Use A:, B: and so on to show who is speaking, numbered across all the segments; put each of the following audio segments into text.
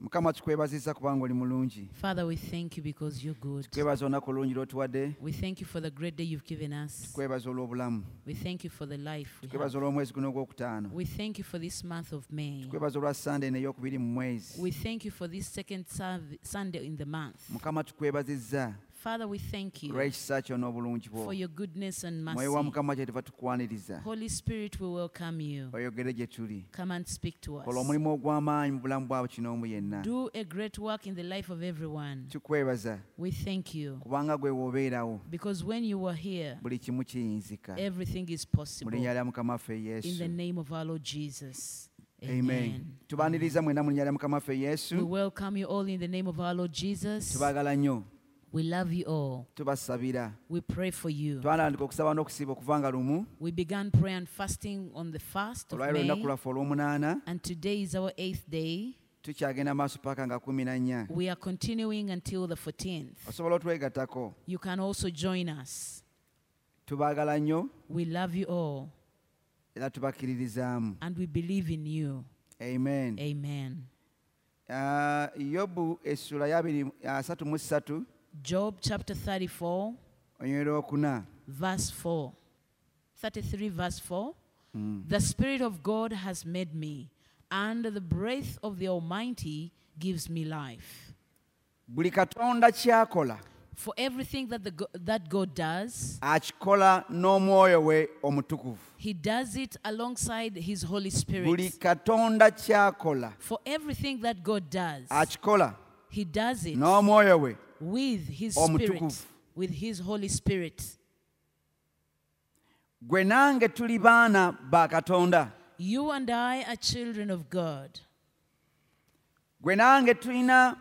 A: mukama tukwebaziza kubanga oli mulungi
B: Father, we thank you because you're good.
A: tukwebaza olunaku olungi lwotuwadde
B: We thank you for the great day you've given us.
A: tukwebaza olw'obulamu
B: We thank you for the life we have.
A: tukwebaza olw'omwezi guno ogwokutaano
B: We thank you for this month of May.
A: tukwebaza olwa sande eno ey'okubiri mu mwezi
B: We thank you for this second serv- Sunday in the month.
A: mukama tukwebazizza
B: Father, we thank you
A: olw'ekisa kyo n'obulungi bwo
B: for your goodness and
A: mwoyo wa
B: mercy.
A: mukama kyetuva tukwaniriza
B: Holy Spirit, we welcome you.
A: oyogere gye tuli
B: Come and speak to us.
A: kola omulimu ogw'amaanyi mu bulamu bwabo kinoomu yenna
B: Do a great work in the life of everyone.
A: tukwebaza
B: We thank you
A: kubanga gwe woobeerawo
B: because when you were here,
A: buli kimu kiyinzika
B: everything is
A: mu
B: possible.
A: linnya lya mukama ffe
B: In
A: yesu
B: the name of our Lord Jesus.
A: amen tubaniriza mwena mu linnya lya mukama ffe yesu
B: We welcome you all in the name of our Lord Jesus.
A: tubagala nnyo
B: We love you all.
A: tubasabira
B: We pray for you.
A: twalandika okusaba n'okusiiba okuvanga lumu
B: We began prayer and fasting on the first of
A: olwali olunaku
B: May,
A: lwaffe olw'omunaana
B: and today is our eighth day.
A: tukyagenda maaso paaka nga kumi na nnya
B: We are continuing until the 14th.
A: osobola otwegattako
B: You can also join us.
A: tubaagala nnyo
B: We love you all,
A: era tubakkiririzaamu
B: and we believe in you.
A: amen
B: Amen.
A: Ah, yobu essula ya abiri- asatu mu ssatu
B: Job chapter 34,
A: onywera okuna
B: verse 4. 33, verse 4. The Spirit of God has made me, and the breath of the Almighty gives me life.
A: buli katonda kyakola
B: For everything that, the, go- that God does,
A: akikola n'omwoyo we omutukuvu
B: He does it alongside His
A: buli
B: Holy Spirit.
A: katonda kyakola
B: For everything that God does,
A: akikola
B: He does it
A: n'omwoyo we
B: with His Spirit,
A: Omutukuvu.
B: with His Holy Spirit.
A: gwe nange tuli baana ba katonda
B: You and I are children of God.
A: gwe nange tulina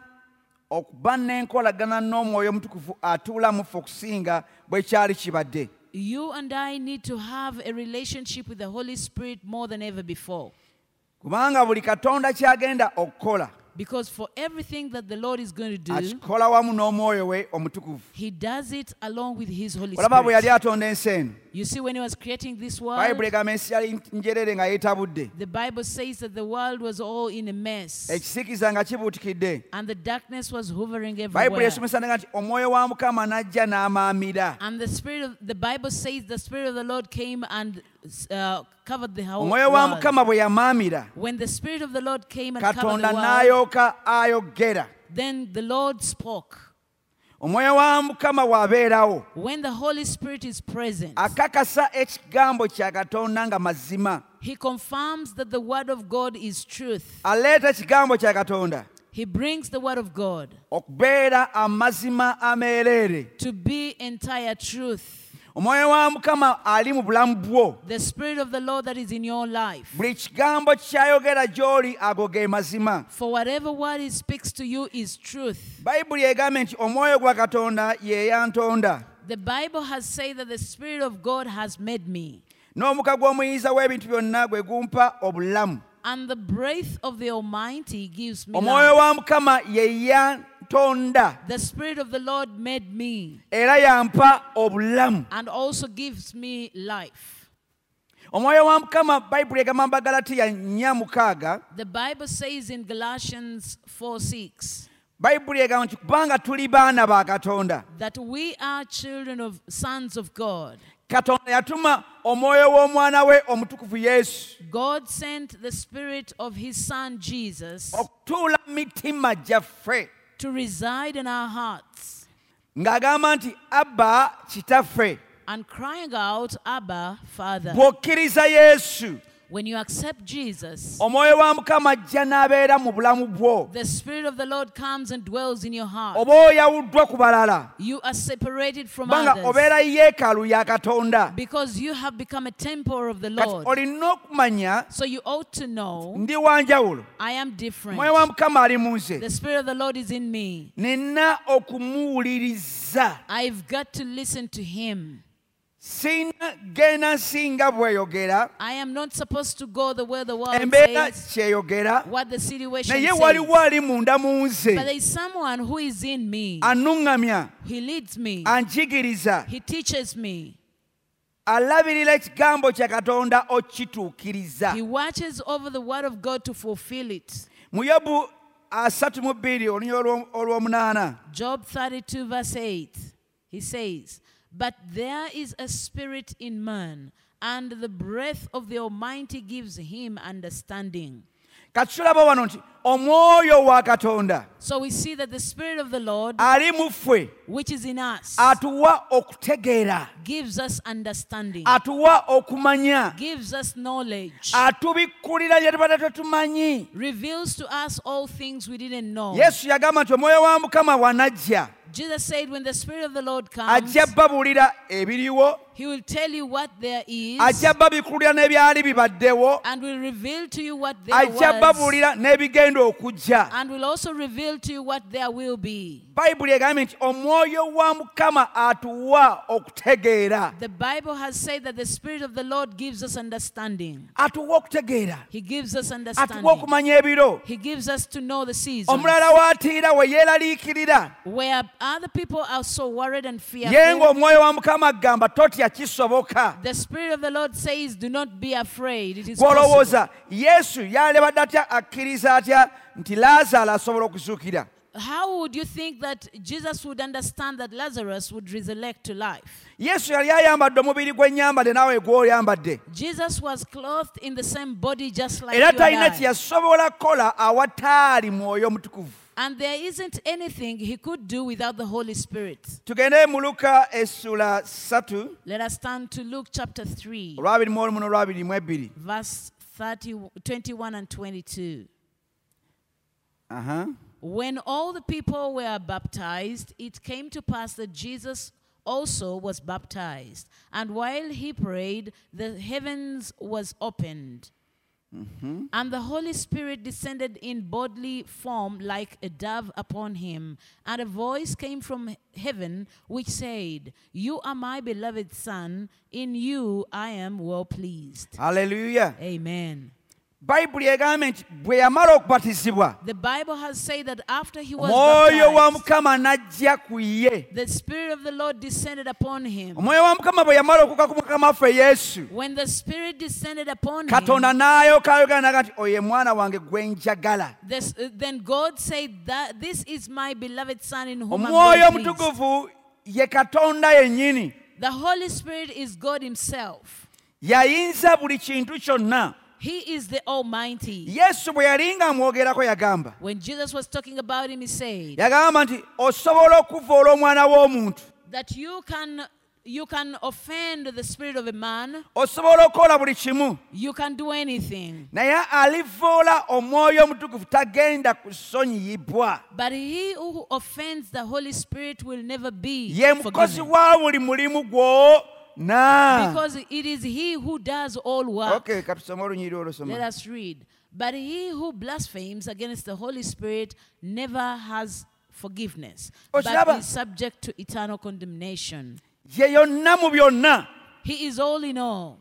A: okuba n'enkolagana n'omwoyo omutukuvu atuula mu ffe okusinga bwe kyali kibadde
B: You and I need to have a relationship with the Holy Spirit more than ever before.
A: kubanga buli katonda kyagenda okukola
B: Because for everything that the Lord is going to do,
A: akikola wamu n'omwoyo we omutukuvu
B: He does it along with His Holy
A: olaba bwe yali
B: Spirit.
A: atonda ensi eno
B: You see, when He was creating this world,
A: bayibuli egamba ensi yali njerere nga yeetabudde
B: The Bible says that the world was all in a mess
A: ekisiikiza nga kibuutikidde
B: and the darkness was hovering
A: bayibuli
B: everywhere.
A: esomesa nega nti omwoyo wa mukama n'ajja n'amaamira
B: And the spirit of the Bible says the spirit of the Lord came and uh, covered the whole
A: omwoyo wa
B: world.
A: mukama bwe yamaamira
B: When the spirit of the Lord came and covered
A: katonda
B: the world,
A: n'ayooka ayogera
B: then the Lord spoke.
A: omwoyo wa mukama bw'abeerawo
B: When the Holy Spirit is present,
A: akakasa ekigambo kya katonda nga mazima
B: He confirms that the word of God is truth.
A: aleeta ekigambo kya katonda
B: He brings the word of God
A: okubeera amazima ameereere
B: to be entire truth.
A: omwoyo wa mukama ali mu bulamu bwo
B: The spirit of the Lord that is in your life.
A: buli kigambo kyayogera gy'oli ago ge mazima
B: For whatever word he speaks to you is truth.
A: bayibuli egambye nti omwoyo gwa katonda ye yantonda
B: The Bible has said that the Spirit of God has made me,
A: n'omuka gw'omuyiza w'ebintu byonna gwe gumpa obulamu
B: and the breath of the Almighty gives me
A: omwoyo
B: life.
A: wa mukama ye yantonda
B: The Spirit of the Lord made me
A: era yampa obulamu
B: and also gives me life.
A: omwoyo wa mukama bayibuli egamba mu bagalatiya 4 mukaaga
B: The Bible says in Galatians 4 6
A: bayibuli egamba nti kubanga tuli baana ba katonda
B: that we are children of sons of God.
A: katonda yatuma omwoyo w'omwana we omutukuvu yesu
B: God sent the Spirit of His Son Jesus
A: okutuula mu mitima gyaffe
B: to reside in our hearts
A: ng'agamba nti abba kitaffe
B: and crying out, Abba, Father.
A: bw'okkiriza yesu
B: When you accept Jesus,
A: omwoyo wa mukama ajja n'abeera mu bulamu bwo
B: the Spirit of the Lord comes and dwells in your heart.
A: oba oyawuddwa ku balala
B: You are separated from
A: kubanga
B: others
A: obeera yeekaalu ya katonda
B: because you have become a temple of the
A: kati
B: Lord.
A: olina okumanya
B: So you ought to know
A: ndi wanjawulo
B: I
A: omwoyo
B: am
A: wa
B: different.
A: mukama ali mu nze
B: The Spirit of the Lord is in me.
A: nina okumuwuliriza
B: I've got to listen to Him.
A: sina gena singa bweyogera
B: I am not supposed to go the way the world
A: embeera
B: says,
A: kyeyogera
B: what the situation
A: naye
B: says.
A: waliwo ali munda mu
B: But there
A: nze
B: is someone who is in me.
A: anuŋŋamya
B: He leads me.
A: anjigiriza
B: He teaches me.
A: alabirira ekigambo kya katonda okituukiriza
B: He watches over the word of God to fulfill it.
A: mu yobu asatu ah, mu bbiri olunya olwo- olw'omunaana
B: Job 32, verse 8, he says, But there is a spirit in man, and the breath of the Almighty gives him understanding.
A: katulaba wano nti omwoyo wa katonda
B: So we see that the spirit of the Lord,
A: ali mu ffe
B: which is in us,
A: Ah. atuwa okutegeera
B: gives us understanding,
A: Ah. atuwa okumanya
B: gives us knowledge,
A: Ah. atubikkulira gye tubadde tetumanyi
B: reveals to us all things we didn't know.
A: yesu yagamba nti omwoyo wa mukama wanajja
B: Jesus said, When the spirit of the Lord comes,
A: ajja babuulira ebiriwo
B: he will tell you what there is,
A: ajja babikulira n'ebyali bibaddewo
B: and will reveal to you what there
A: ajja
B: was.
A: babuulira n'ebigenda okujja
B: and will also reveal to you what there will be.
A: bayibuli egambye nti omwoyo wa mukama atuwa okutegeera
B: The Bible has said that the Spirit of the Lord gives us understanding.
A: atuwa okutegeera
B: He gives us
A: atuwa
B: understanding.
A: okumanya ebiro
B: He gives us to know the season.
A: omulala waatiira we yeeraliikirira
B: Where other people are so worried and
A: ye
B: fearful,
A: ng'omwoyo wa mukama agamba totya kisoboka
B: the Spirit of the Lord says, Do not be afraid. It is possible.
A: gw'olowooza yesu yalebadde atya akkiriza atya nti laazaalo asobola okuzuukira
B: How would you think that Jesus would understand that Lazarus would resurrect to life?
A: yesu yali ayambadde omubiri gw'ennyambadde naawe gw'oyambadde
B: Jesus was clothed in the same body just like you
A: era
B: and
A: talina kye
B: I.
A: yasobola kukola awataali mwoyo omutukuvu
B: And there isn't anything he could do without the Holy Spirit.
A: tugende mu luka essula 3
B: Let us turn to Luke chapter 3,
A: olwabiri mu olumu n'olwabiri mu ebbiri
B: verse 30, 21 and 22.
A: Aha.
B: When all the people were baptized, it came to pass that Jesus also was baptized. And while he prayed, the heavens was opened. And the Holy Spirit descended in bodily form like a dove upon him. And a voice came from he- heaven which said, You are my beloved Son, in you I am well pleased.
A: Ah. haleluya
B: Amen.
A: bayibuli egambye nti bwe yamala okubatizibwa
B: The Bible has said that after he was
A: omwoyo wa
B: baptized,
A: mukama n'ajja ku ye
B: the Spirit of the Lord descended upon him.
A: omwoyo wa mukama bwe yamala okuka ku mukama waffe yesu
B: When the Spirit descended upon him,
A: katonda n'ayoka ayogera naga nti oyo ye mwana wange gwe njagala
B: this, uh, then God said that this is my beloved Son in whom
A: omwoyo
B: I'm well pleased.
A: omutukuvu ye katonda yennyini
B: The Holy Spirit is God Himself.
A: yayinza buli kintu kyonna
B: He is the Almighty.
A: yesu bwe yali nga amwogerako yagamba
B: When Jesus was talking about Him, He said
A: yagamba nti osobola okuva olw'omwana w'omuntu
B: that you can you can offend the spirit of a man,
A: osobola okukola buli kimu
B: you can do anything.
A: naye alivvoola omwoyo omutukuvu tagenda kusonyiyibwa
B: But he who offends the Holy Spirit will never be
A: ye mukozi
B: forgiven.
A: wa buli mulimu gwonna
B: Because it is he who does all work.
A: okay katusome olunyiri
B: Let
A: olusoma
B: us read. But he who blasphemes against the Holy Spirit never has forgiveness,
A: Okiraba?
B: but is subject to eternal condemnation.
A: ye yonna mu byonna
B: He is all in all.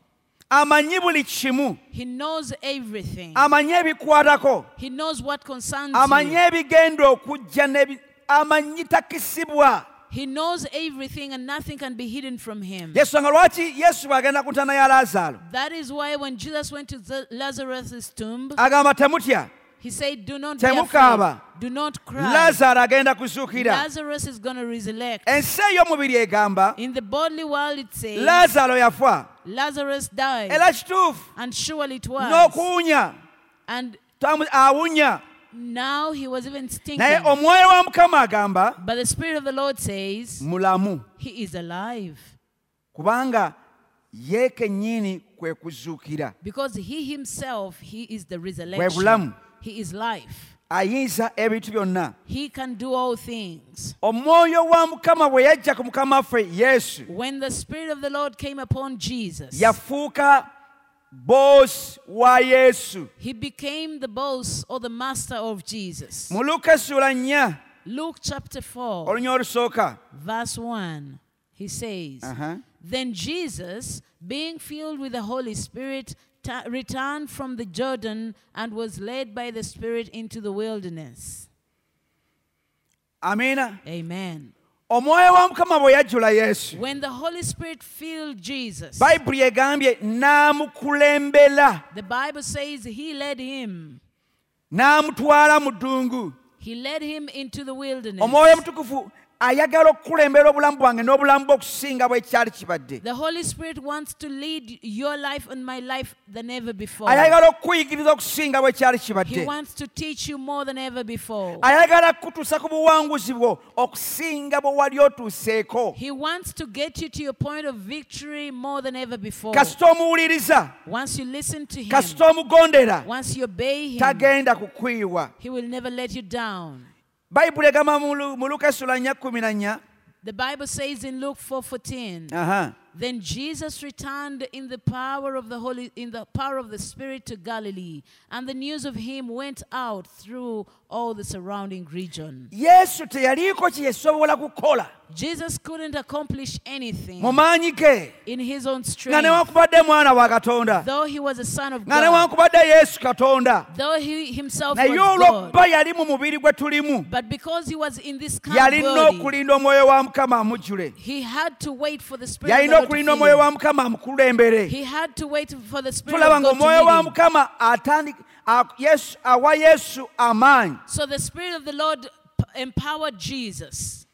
A: amanyi buli kimu
B: He knows everything.
A: amanyi ebikwatako
B: He knows what concerns
A: amanyi
B: you.
A: ebigenda okujja n'ebi- amanyi takisibwa
B: He knows everything and nothing can be hidden from him.
A: yesu nga lwaki yesu bw'agenda ku ntaana ya laazaalo
B: That is why when Jesus went to Z- Lazarus' tomb,
A: agamba temutya
B: he said, Do not be afraid.
A: Temukaaba.
B: Do not cry.
A: laazaalo agenda kuzuukira
B: Lazarus is going to resurrect.
A: ensi ey'omubiri egamba
B: In the bodily world, it says
A: laazaalo yafa
B: Lazarus died,
A: era kituufu
B: and surely it was.
A: n'okuwunya
B: And
A: Tamu- awunya
B: now he was even stinking.
A: naye omwoyo wa mukama agamba
B: But the Spirit of the Lord says
A: mulamu
B: he is alive
A: kubanga ye kennyini kwe kuzuukira
B: because he himself, he is the
A: bulamu.
B: resurrection. He is life.
A: ayinza ebintu byonna
B: He can do all things.
A: omwoyo wa mukama bwe yajja ku mukama waffe yesu
B: When the Spirit of the Lord came upon Jesus,
A: yafuuka boosi wa yesu
B: he became the boss or the master of Jesus.
A: mu luka esula nnya
B: Luke chapter 4,
A: olunya olusooka
B: verse 1, he says,
A: Aha.
B: Then Jesus, being filled with the Holy Spirit, ta- returned from the Jordan and was led by the Spirit into the wilderness.
A: amiina
B: Amen.
A: omwoyo wa mukama bwe yajjula yesu
B: When the Holy Spirit filled Jesus,
A: bayibuli egambye n'amukulembera
B: the Bible says he led him
A: n'amutwala mu ddungu
B: He led him into the wilderness.
A: omwoyo omutukuvu ayagala okukulembera obulamu bwange n'obulamu bwe okusinga bwe kyali kibadde
B: The Holy Spirit wants to lead your life and my life than ever before.
A: ayagala okukuyigiriza okusinga bwe kyali kibadde
B: He wants to teach you more than ever before.
A: ayagala kutuusa ku buwanguzi bwo okusinga bwe wali otuuseeko
B: He wants to get you to your point of victory more than ever before.
A: kasita omuwuliriza
B: Once you listen to Him,
A: kasita omugondera
B: once you obey Him,
A: tagenda kukwiwa
B: He will never let you down.
A: bayibuli egamba mu Lu- mu luka esula nnya kumi na nnya
B: The Bible says in Luke 4:14,
A: aha,
B: then Jesus returned in the power of the Holy in the power of the Spirit to Galilee, and the news of him went out through all the surrounding region.
A: yesu teyaliiko kye yasobola kukola
B: Jesus couldn't accomplish anything
A: mu maanyi ge
B: in his own
A: nga
B: strength,
A: newankubadde mwana wa katonda
B: though he was a son of
A: nga
B: God,
A: newankubadde yesu katonda
B: though he himself was
A: naye
B: God.
A: olw'okuba yali mu mubiri gwe tulimu
B: But because he was in this kind of
A: yalina
B: body,
A: okulinda omwoyo wa mukama amujjule
B: he had to wait for the Spirit of
A: yalina
B: God to
A: okulinda
B: fill
A: omwoyo wa
B: him.
A: mukama amukulembere
B: He had to wait for the Spirit
A: tulaba
B: of
A: nga
B: God
A: omwoyo wa
B: to lead him.
A: mukama atandika a- Yesu- awa yesu amaanyi
B: So the Spirit of the Lord p- empowered Jesus.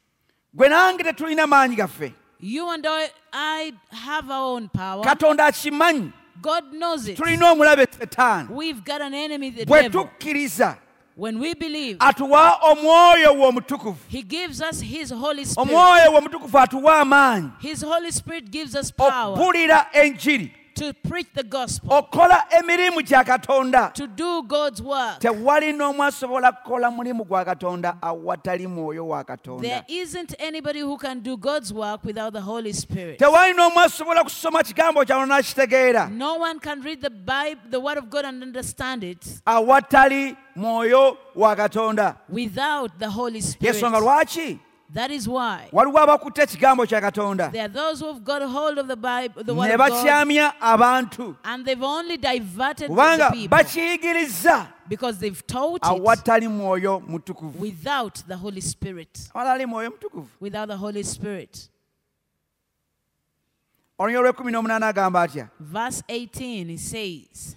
A: gwe nange tetulina maanyi gaffe
B: You and I, I have our own power.
A: katonda akimanyi
B: God knows it.
A: tulina omulabe setaani
B: We've got an enemy, the
A: bwe
B: devil.
A: tukkiriza
B: When we
A: Ah.
B: believe,
A: atuwa omwoyo we omutukuvu
B: He gives us His Holy Spirit.
A: omwoyo we omutukuvu atuwa amaanyi
B: His Holy Spirit gives us
A: Oh,
B: power
A: okubulira enjiri
B: to preach the gospel,
A: okukola emirimu gya katonda
B: to do God's work.
A: tewali n'omu asobola kukola mulimu gwa katonda awatali mwoyo wa katonda
B: There isn't anybody who can do God's work without the Holy Spirit.
A: tewali n'omu asobola kusoma kigambo kyawo n'akitegeera
B: No one can read the Bible, the Word of God, and understand it
A: awatali mwoyo wa katonda
B: without the Holy Spirit.
A: yensonga lwaki
B: That is why
A: waliwo abakutta ekigambo kya katonda
B: There are those who have got hold of the Bible, the Word
A: ne
B: of God,
A: bakyamya abantu
B: and they've only diverted the
A: kubanga
B: people
A: bakiyigiriza
B: because they've taught it
A: awatali mwoyo mutukuvu
B: without the Holy Spirit.
A: awatali mwoyo mutukuvu
B: Without the Holy Spirit.
A: olunya olwekumi n'omunaana agamba atya
B: Verse 18, it says,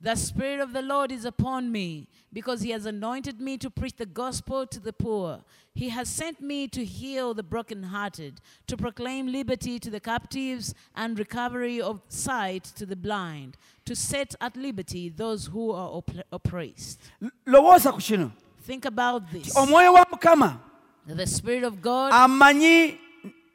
B: The Spirit of the Lord is upon me, because He has anointed me to preach the gospel to the poor. He has sent me to heal the brokenhearted, to proclaim liberty to the captives and recovery of sight to the blind, to set at liberty those who are opp- oppressed.
A: L- lowooza ku kino
B: Think about this.
A: omwoyo wa mukama
B: The Spirit of
A: Ah.
B: God
A: amanyi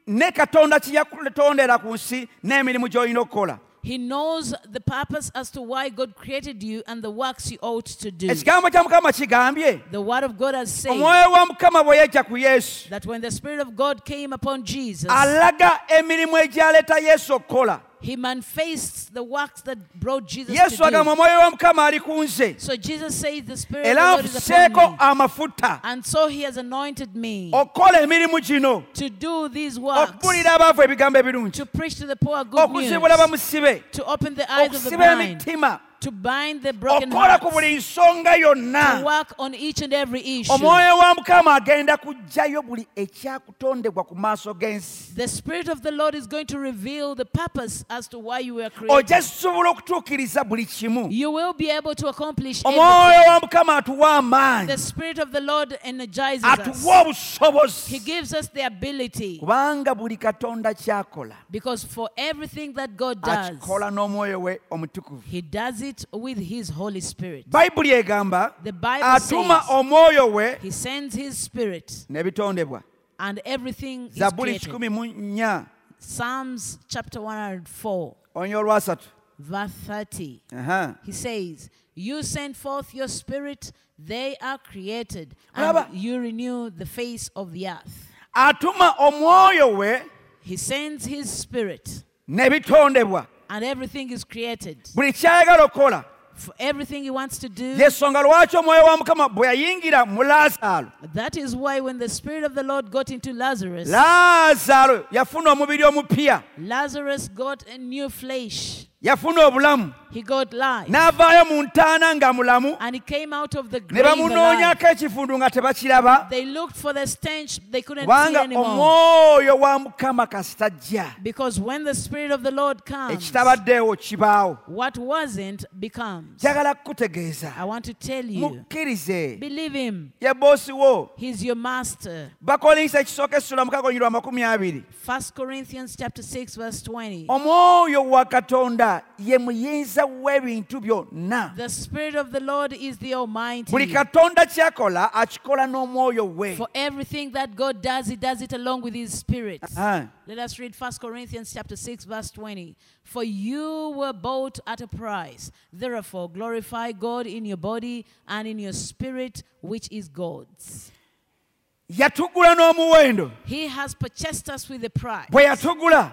A: ne katonda kye yakutondera ku nsi n'emirimu gy'olina okukola
B: He knows the purpose as to why God created you and the works you ought to do.
A: ekigambo kya mukama kigambye
B: The Word of God has said
A: omwoyo wa mukama bwe yejja ku yesu
B: that when the Spirit of God came upon Jesus,
A: alaga emirimu egyaleeta yesu okukola
B: He manifests the works that brought Jesus
A: yesu
B: to
A: agamba
B: do.
A: omwoyo wa mukama ali ku nze
B: So Jesus says, The Spirit of the
A: era
B: Lord is upon
A: nfuseeko
B: me.
A: amafuta
B: And so He has anointed me
A: okukola emirimu gino
B: to do these works,
A: okubulira abaavu ebigambo ebirungi
B: to preach to the poor
A: Oh,
B: good news,
A: okuzibula bamusibe
B: to open
A: Oh,
B: the eyes of the
A: okusiba
B: blind,
A: emitima
B: to bind the broken
A: okola ku
B: hearts,
A: buli nsonga
B: to
A: yonna
B: work on each and every issue.
A: omwoyo wa mukama agenda kuggyayo buli ekyakutondebwa ku maaso g'ensi
B: The Spirit of the Lord is going to reveal the purpose as to why you were created.
A: ojja zisobola okutuukiriza buli kimu
B: You will be able to accomplish
A: Oh, omwoyo
B: everything.
A: wa mukama atuwa amaanyi
B: The Spirit of the Lord energizes
A: atuwa
B: us. He
A: obusobozi
B: gives us the ability
A: kubanga buli katonda kyakola
B: because for everything that God does,
A: akikola n'omwoyo we omutukuvu
B: He does it with His Holy Spirit.
A: bayibuli egamba
B: The Bible
A: atuma
B: says
A: omwoyo we
B: He sends His Spirit
A: n'ebitondebwa
B: and everything is
A: zabbuli
B: created.
A: kikumi mu nnya
B: Psalms chapter 104,
A: onya olwasatu
B: verse 30.
A: Aha.
B: He says, You send forth your spirit, they are created, and
A: Olaba.
B: you renew the face of the earth.
A: atuma omwoyo we
B: He sends his spirit,
A: n'ebitondebwa
B: and everything is created.
A: buli kyayagala okukola
B: For everything he wants to do,
A: yensonga lwaki omwoyo wa mukama bwe yayingira mu laazaalo
B: that is why when the spirit of the Lord got into Lazarus,
A: laazaalo yafuna omubiri omupya
B: Lazarus got a new flesh.
A: yafuna obulamu
B: He got life.
A: n'avaayo mu ntaana nga mulamu
B: And he came out of the
A: ne
B: grave alive.
A: bamunoonyako ekifundu nga tebakiraba
B: They looked for the stench, they couldn't see
A: kubanga
B: anymore.
A: omwoyo wa mukama kasitajja
B: Because when the Spirit of the Lord comes,
A: ekitabaddeewo kibaawo
B: what wasn't becomes.
A: njagala kukutegeeza
B: I want to tell you,
A: mukkirize
B: believe him.
A: ye boosi wo
B: He's your master.
A: bakolinsa ekisooka essula mukago nyirwa makumi abiri
B: 1 Corinthians chapter 6 verse 20.
A: Oh. omwoyo wa katonda ye muyinza w'ebintu byonna
B: The Spirit of the Lord is the Almighty.
A: buli katonda kyakola akikola n'omwoyo we
B: For everything that God does, He does it along with His Spirit.
A: Ah.
B: Let us read 1 Corinthians chapter 6, verse 20. For you were bought at a price. Therefore, glorify God in your body and in your spirit, which is God's.
A: yatugula n'omuwendo
B: He has purchased us with a price.
A: bwe yatugula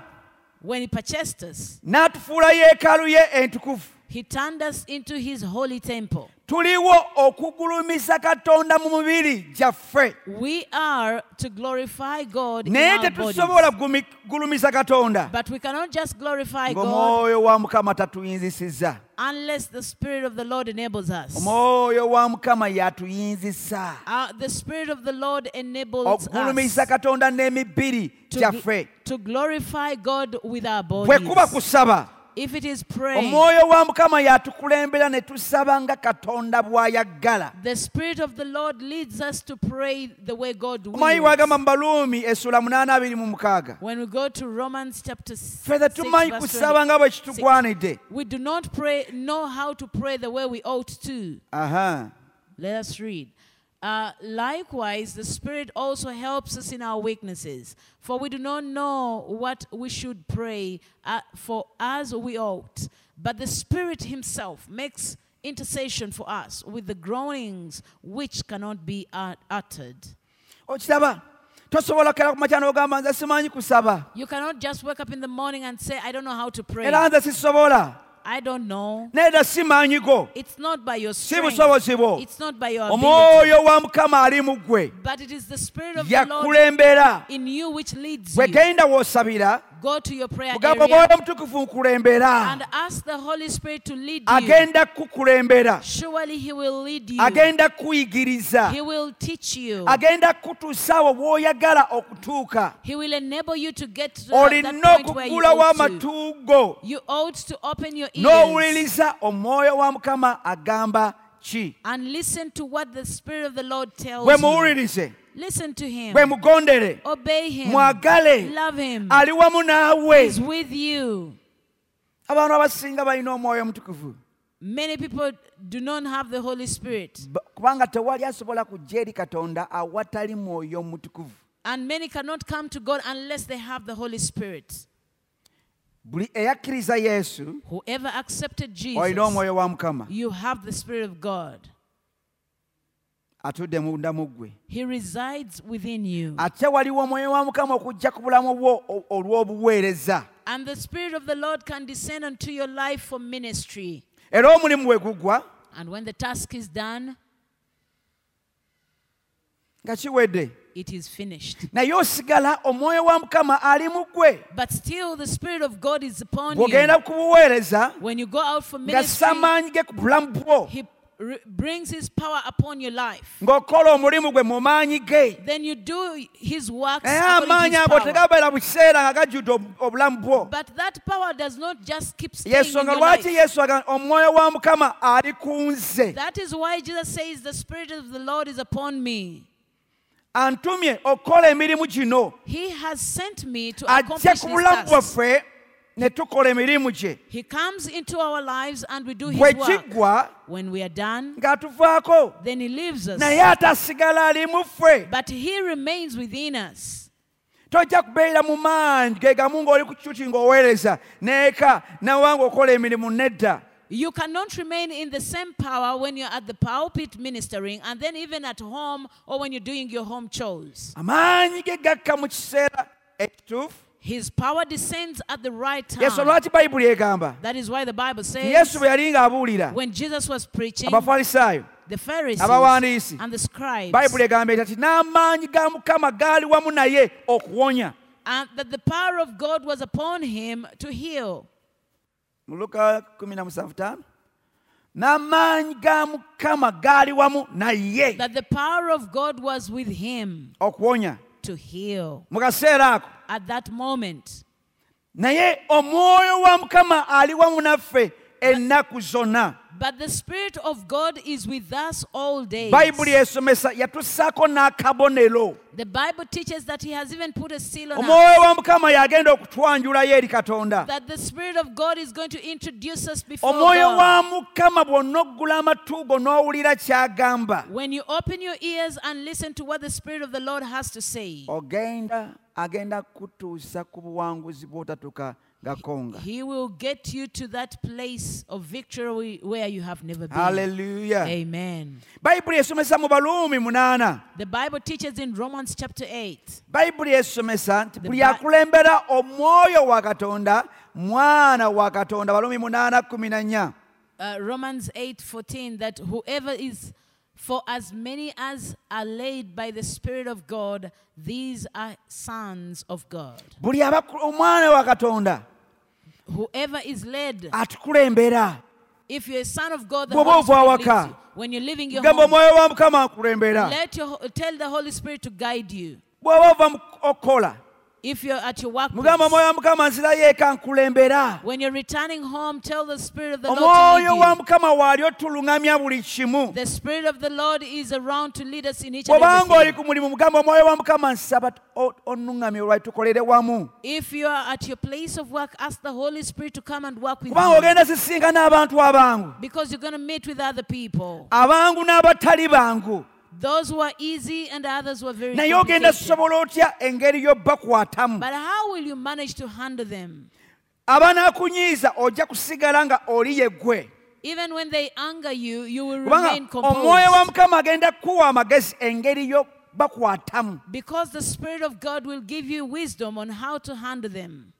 B: When He purchased us,
A: n'atufuula yeekaalu ye entukuvu
B: He turned us into His holy temple.
A: tuliwo okugulumiza katonda mu mibiri gyaffe
B: We are to glorify God in
A: naye
B: our bodies.
A: tetusobola gumi- gulumiza katonda
B: But we cannot just glorify God
A: ng'omwoyo wa mukama tatuyinzisiza
B: unless the Spirit of the Lord enables us.
A: omwoyo wa mukama yatuyinzisa
B: Uh, the Spirit of the Lord
A: Oh,
B: enables
A: okugulumiza
B: us
A: katonda n'emibiri
B: to,
A: gyaffe
B: to glorify God with our
A: bwe kuba
B: bodies.
A: kusaba
B: If it is praying,
A: omwoyo wa mukama yatukulembera ne tusaba nga katonda bw'ayaggala
B: the Spirit of the Lord leads us to pray the way God
A: omanyi bwagamba
B: wills.
A: mu baluumi essula 826
B: When we go to Romans chapter s-
A: ffe
B: 6,
A: tumanyi
B: verse
A: kusaba nga bwe
B: 26,
A: kitugwanidde
B: we do not pray, know how to pray the way we ought to.
A: aha
B: Let us read. Uh, likewise, the Spirit also helps us in our weaknesses, for we do not know what we should pray uh, for as we ought. But the Spirit Himself makes intercession for us with the groanings which cannot be ut- uttered.
A: okiraba tosobola kukera ku makya n'ogamba nze simanyi kusaba
B: You cannot just wake up in the morning and say, I don't know how to pray.
A: era nze sisobola
B: I don't know.
A: nedda simanyi go
B: It's not by your
A: Si
B: strength,
A: busobozi bwo.
B: it's not by your ability,
A: omwoyo wa mukama ali mu ggwe
B: but it is the Spirit of the Lord
A: yakulembera
B: in you which leads
A: bwe
B: you.
A: genda w'osabira
B: Go to your prayer
A: mugamba
B: area
A: omwoyo omutukuvu nkulembera
B: and ask the Holy Spirit to lead you.
A: agenda kukulembera
B: Surely He will lead you.
A: agenda kuyigiriza
B: He will teach you.
A: agenda kutuusaawo w'oyagala okutuuka
B: He will enable you to get to that,
A: olina
B: that point where you
A: okuggulawo
B: ought to.
A: amatu go
B: You ought to open your ears
A: n'owuliriza omwoyo wa mukama agamba ki
B: and listen to what the Spirit of the Lord tells
A: bwe
B: you.
A: muwulirize
B: Listen to Him.
A: bwe mugondere
B: Obey Him.
A: mwagale
B: Oh, Love Him.
A: ali wamu naawe
B: He's with you.
A: abantu abasinga balina omwoyo omutukuvu
B: Many people do not have the Holy Spirit,
A: Ba- kubanga tewali asobola kujja eri katonda awatali mwoyo omutukuvu
B: and many cannot come to God unless they have the Holy Spirit.
A: buli eyakkiriza yesu
B: Whoever accepted
A: olina
B: Jesus,
A: omwoyo wa mukama
B: you have the Spirit of God.
A: atudde munda mu ggwe
B: He resides within you.
A: ate waliwo omwoyo wa mukama okujja ku bulamu bwo o- olw'obuweereza
B: And the Spirit of the Lord can descend unto your life for ministry.
A: era omulimu we gugwa
B: And when the task is done,
A: nga kiwedde
B: it is finished.
A: naye osigala omwoyo wa mukama ali mu ggwe
B: But still, the Spirit of God is upon you.
A: bw'ogenda ku buweereza
B: When you go out for
A: nga
B: ministry,
A: samaanyi ge ku bulamu bwo
B: He r- brings His power upon your life.
A: ng'okola omulimu gwe mu maanyi ge
B: Then you do His works.
A: naye
B: according
A: amaanyi
B: to
A: ago
B: His power.
A: tegabeera mu kiseera nga gajjudde obu- obulamu bwo
B: But that power does not just keep staying in
A: yensonga
B: your
A: lwaki
B: life.
A: yesu agamba omwoyo wa mukama ali ku nze
B: That is why Jesus says, The Spirit of the Lord is upon me.
A: antumye okukola emirimu gino
B: He has sent me to
A: ajja
B: accomplish
A: ku
B: his
A: bulamu
B: tasks.
A: bwaffe ne tukola emirimu gye
B: He comes into our lives and we do his
A: bwe
B: work.
A: kiggwa
B: When we are done,
A: ng'atuvaako
B: then he leaves
A: naye
B: us.
A: atasigala ali mu ffe
B: But he remains within us.
A: tojja kubeera mu maanyi ge gamu ng'oli ku kicuti ng'oweereza n'eka nawanga okola emirimu nedda
B: You cannot remain in the same power when you're at the pulpit ministering and then even at home or when you're doing your home chores.
A: amaanyi ge gakka mu kiseera ekituufu
B: His power descends at the right
A: yesu
B: time.
A: lwaki bayibuli egamba
B: That is why the Bible says
A: yesu bwe yali ng'abuulira
B: when Jesus was preaching,
A: abafalisaayo
B: the Pharisees
A: abawandiisi,
B: and the scribes
A: bayibuli egamba etya ti n'amaanyi ga mukama gaali wamu naye okuwonya
B: and that the power of God was upon him to heal.
A: mu luka 175 n'amaanyi ga mukama gaali wamu naye
B: that the power of God was with him
A: okuwonya
B: to heal.
A: mu kaseera ako
B: At that moment,
A: naye omwoyo wa mukama ali wamu naffe ennaku zonna
B: but the Spirit of God is with us all days.
A: bayibuli esomesa yatussaako n'akabonero
B: The Bible teaches that He has even put a seal on us.
A: omwoyo wa mukama yagenda okutwanjulayo eri katonda
B: That the Spirit of God is going to introduce us before
A: omwoyo
B: God.
A: wa mukama bw'onna oggula amatugo n'owulira ky'agamba
B: When you open your ears and listen to what the Spirit of the Lord has to say,
A: ogenda agenda kutuusa ku buwanguzi bw'otatuka gakonga
B: He will get you to that place of victory where you have never been.
A: haleluya
B: Amen.
A: bayibuli esomesa mu baluumi munaana
B: The Bible teaches in Romans chapter 8
A: bayibuli esomesa nti
B: The
A: buli
B: Bi-
A: akulembera omwoyo wa katonda mwana wa katonda balumi 814
B: uh, Romans 8:14 that whoever is for as many as are led by the spirit of God these are sons of God
A: buli abaku- omwana wa katonda
B: whoever is led
A: atukulembera
B: if you're a son of God the
A: Bw'oba
B: Holy Spirit
A: ova
B: leads
A: awaka,
B: you. when you're leaving your
A: gamba
B: home
A: omwoyo wa mukama akulembera
B: let your ho- tell the Holy Spirit to guide you
A: bw'oba ova mu- okukola
B: if you're at your workplace
A: mugamba omwoyo wa mukama nzirayo eka nkulembera
B: when you're returning home tell the spirit of the Lord to
A: omwoyo wa
B: lead you
A: mukama waali otuluŋŋamya buli kimu
B: the spirit of the Lord is around to lead us in each and
A: bw'obanga
B: every
A: oli ku
B: thing.
A: mulimu mugamba omwoyo wa mukama nsaba o- onuŋŋamye olwali tukolere wamu
B: If you are at your place of work, ask the Holy Spirit to come and work with
A: kubanga
B: you.
A: ogenda sisinkana abantu abangu
B: Because you're going to meet with other people.
A: abangu n'abatali bangu
B: Those who are easy and others who are very
A: naye ogenda
B: complicated.
A: sobola otya engeri y'obbakwatamu
B: But how will you manage to handle them?
A: abanaakunyiiza ojja kusigala nga oli yeggwe
B: Even when they anger you, you will
A: kubanga
B: remain
A: omwoyo oh, wa
B: composed.
A: mukama agenda kuwa amagezi engeri y'obbakwatamu
B: Because the Spirit of God will give you wisdom on how to handle them.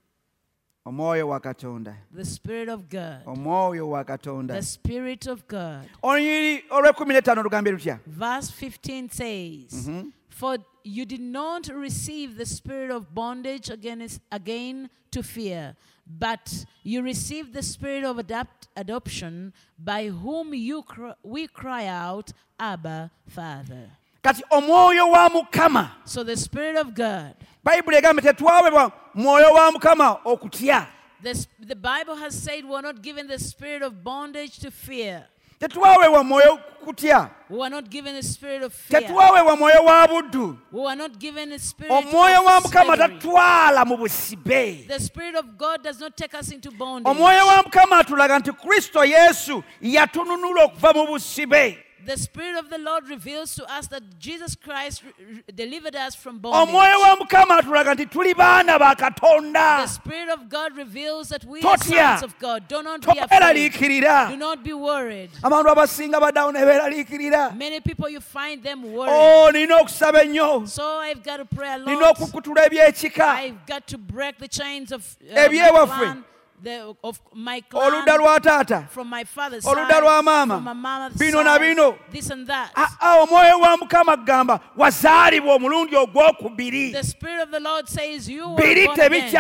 A: omwoyo wa katonda
B: The Spirit of
A: Oh
B: God.
A: omwoyo wa katonda
B: The Spirit of God.
A: oluyiri olwekumi n'ettaano lugambye lutya
B: Verse 15 says, For you did not receive the spirit of bondage again, again to fear, but you received the spirit of adapt, adoption, by whom you cr- we cry out, Abba, Father.
A: kati omwoyo wa mukama
B: So the spirit of God.
A: bayibuli egamba tetwaweebwa mwoyo wa mukama okutya
B: This, the Bible has said we're not given the spirit of bondage to fear.
A: tetwaweebwa mwoyo kutya
B: We are not given a spirit of fear.
A: tetwaweebwa mwoyo wa buddu
B: We are not given a spirit
A: omwoyo wa
B: of
A: mukama
B: slavery.
A: tatwala mu busibe
B: The Spirit of God does not take us into bondage.
A: omwoyo wa mukama atulaga nti kristo yesu yatununula okuva mu busibe
B: The Spirit of the Lord reveals to us that Jesus Christ re- re- delivered us from
A: omwoyo
B: bondage.
A: Oh, wa mukama atulaga nti tuli baana ba
B: The
A: katonda
B: Spirit of God reveals that we are
A: Totya.
B: sons of God. Do not be afraid. Do
A: toberaliikirira
B: not be worried.
A: abantu abasinga baddawo ne beeraliikirira
B: Many people, you find them worried.
A: o Oh, nina okusaba ennyo
B: So I've got to pray a
A: nina
B: lot.
A: okukutula ebyekika
B: I've got to break the chains of uh, my
A: Ebyewaffe.
B: clan, the, of my
A: oludda
B: clan,
A: lwa taata
B: from my father's
A: oludda
B: side,
A: lwa maama.
B: from my mama's
A: Bino na
B: side,
A: bino.
B: this and that.
A: aa Ah, omwoyo wa mukama agamba wazaalibwa omulundi ogwokubiri
B: The Spirit of the Lord says you are
A: biri
B: born again.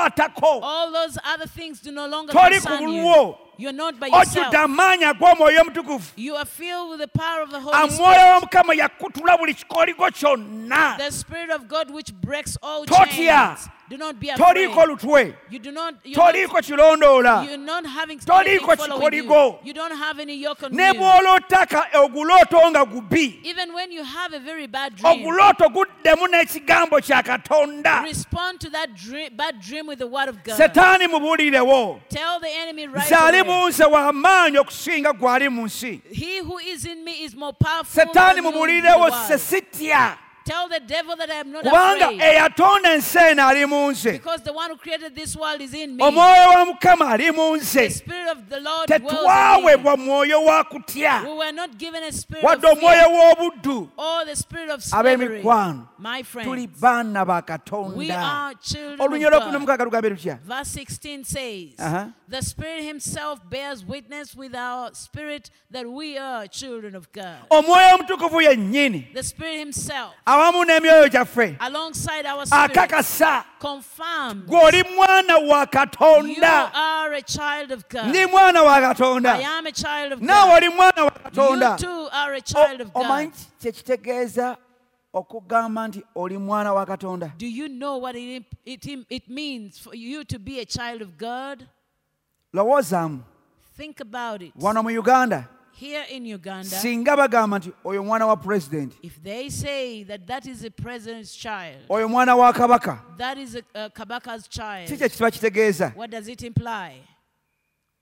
A: tebikyakukwatako
B: All those other things do no longer
A: Tori
B: concern you.
A: kubulwo.
B: You're not by yourself.
A: ojjudde amaanyi ag'omwoyo omutukuvu
B: You are filled with the power of the Holy
A: omwoyo
B: Spirit.
A: wa mukama yakutula buli kikoligo kyonna
B: The Spirit of God which breaks all
A: Totya.
B: chains. Do not be afraid.
A: toliiko lutwe
B: You do not you're,
A: toliiko kirondoola
B: not you're not having
A: Toliko
B: anything following you.
A: kikoligo.
B: You don't have any yoke on
A: ne
B: you.
A: bw'olootaka ogulooto nga gubi
B: Even when you have a very bad dream,
A: ogulooto guddemu n'ekigambo kya katonda
B: respond to that dream, bad dream with the word of God.
A: setaani mubuulirewo
B: Tell the enemy right
A: nze ali
B: away.
A: mu nze w'amaanyi okusinga gwali mu nsi
B: He who is in me is more powerful
A: setaani
B: than who is in the
A: mubuulirewo
B: world.
A: se sitya
B: Tell the devil that I am not
A: kubanga
B: afraid
A: eyatonda ensi eno ali mu nze
B: because the one who created this world is in me.
A: omwoyo wa mukama ali mu
B: the
A: nze
B: spirit of the Lord dwells in me.
A: tetwaweebwa mwoyo wa kutya
B: We were not given a spirit of
A: wadde
B: fear
A: omwoyo w'obuddu
B: or the spirit of slavery.
A: ab'emikwano
B: My
A: tuli
B: friends,
A: baana ba
B: we
A: katonda
B: are children
A: olunya
B: of God.
A: olw'okunomukaaga lugambe lutya
B: Verse 16 says,
A: Uh-huh.
B: The Spirit Himself bears witness with our spirit that we are children of God.
A: omwoyo omutukuvu yennyini
B: The Spirit Himself,
A: awamu n'emyoyo gyaffe Ah,
B: alongside our spirit,
A: akakasa
B: confirmed
A: gwe oli mwana wa
B: you
A: katonda
B: are a child of God.
A: ndi mwana wa
B: I
A: katonda
B: am a child of
A: naawe
B: God.
A: oli mwana wa
B: You
A: katonda
B: too are a child
A: O-
B: of
A: omanyi
B: God.
A: ki- kyekitegeeza okugamba nti oli mwana wa katonda
B: Do you know what it, imp- it, im- it means for you to be a child of God?
A: lowoozaamu
B: Think about it.
A: wano mu uganda
B: Here in Uganda,
A: singa bagamba nti oyo mwana wa pulezidenti
B: if they say that that is the president's child,
A: oyo mwana wa kabaka
B: that is a, a Kabaka's
A: si
B: child,
A: kye kiba kitegeeza
B: what does it imply?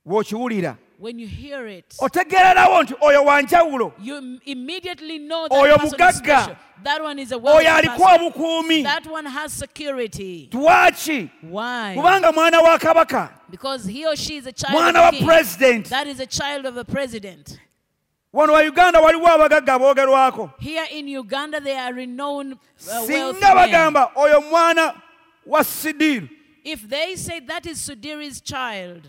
A: bw'okiwulira
B: When you hear it,
A: otegeererawo nti oyo wanjawulo
B: you im- immediately know
A: Oyo
B: that person is
A: mugagga.
B: special. That one is a wealthy
A: oyo aliko
B: person.
A: obukuumi
B: That one has security.
A: twaki
B: Why?
A: kubanga mwana wa kabaka
B: Because he or she is a child
A: mwana wa
B: of a king.
A: pulezidenti
B: That is a child of a president.
A: wano wa uganda waliwo abagagga boogerwako
B: Here in Uganda, they are renowned uh, wealthy
A: singa
B: men.
A: bagamba oyo mwana wa sidiru
B: If they say that is Sudiri's child,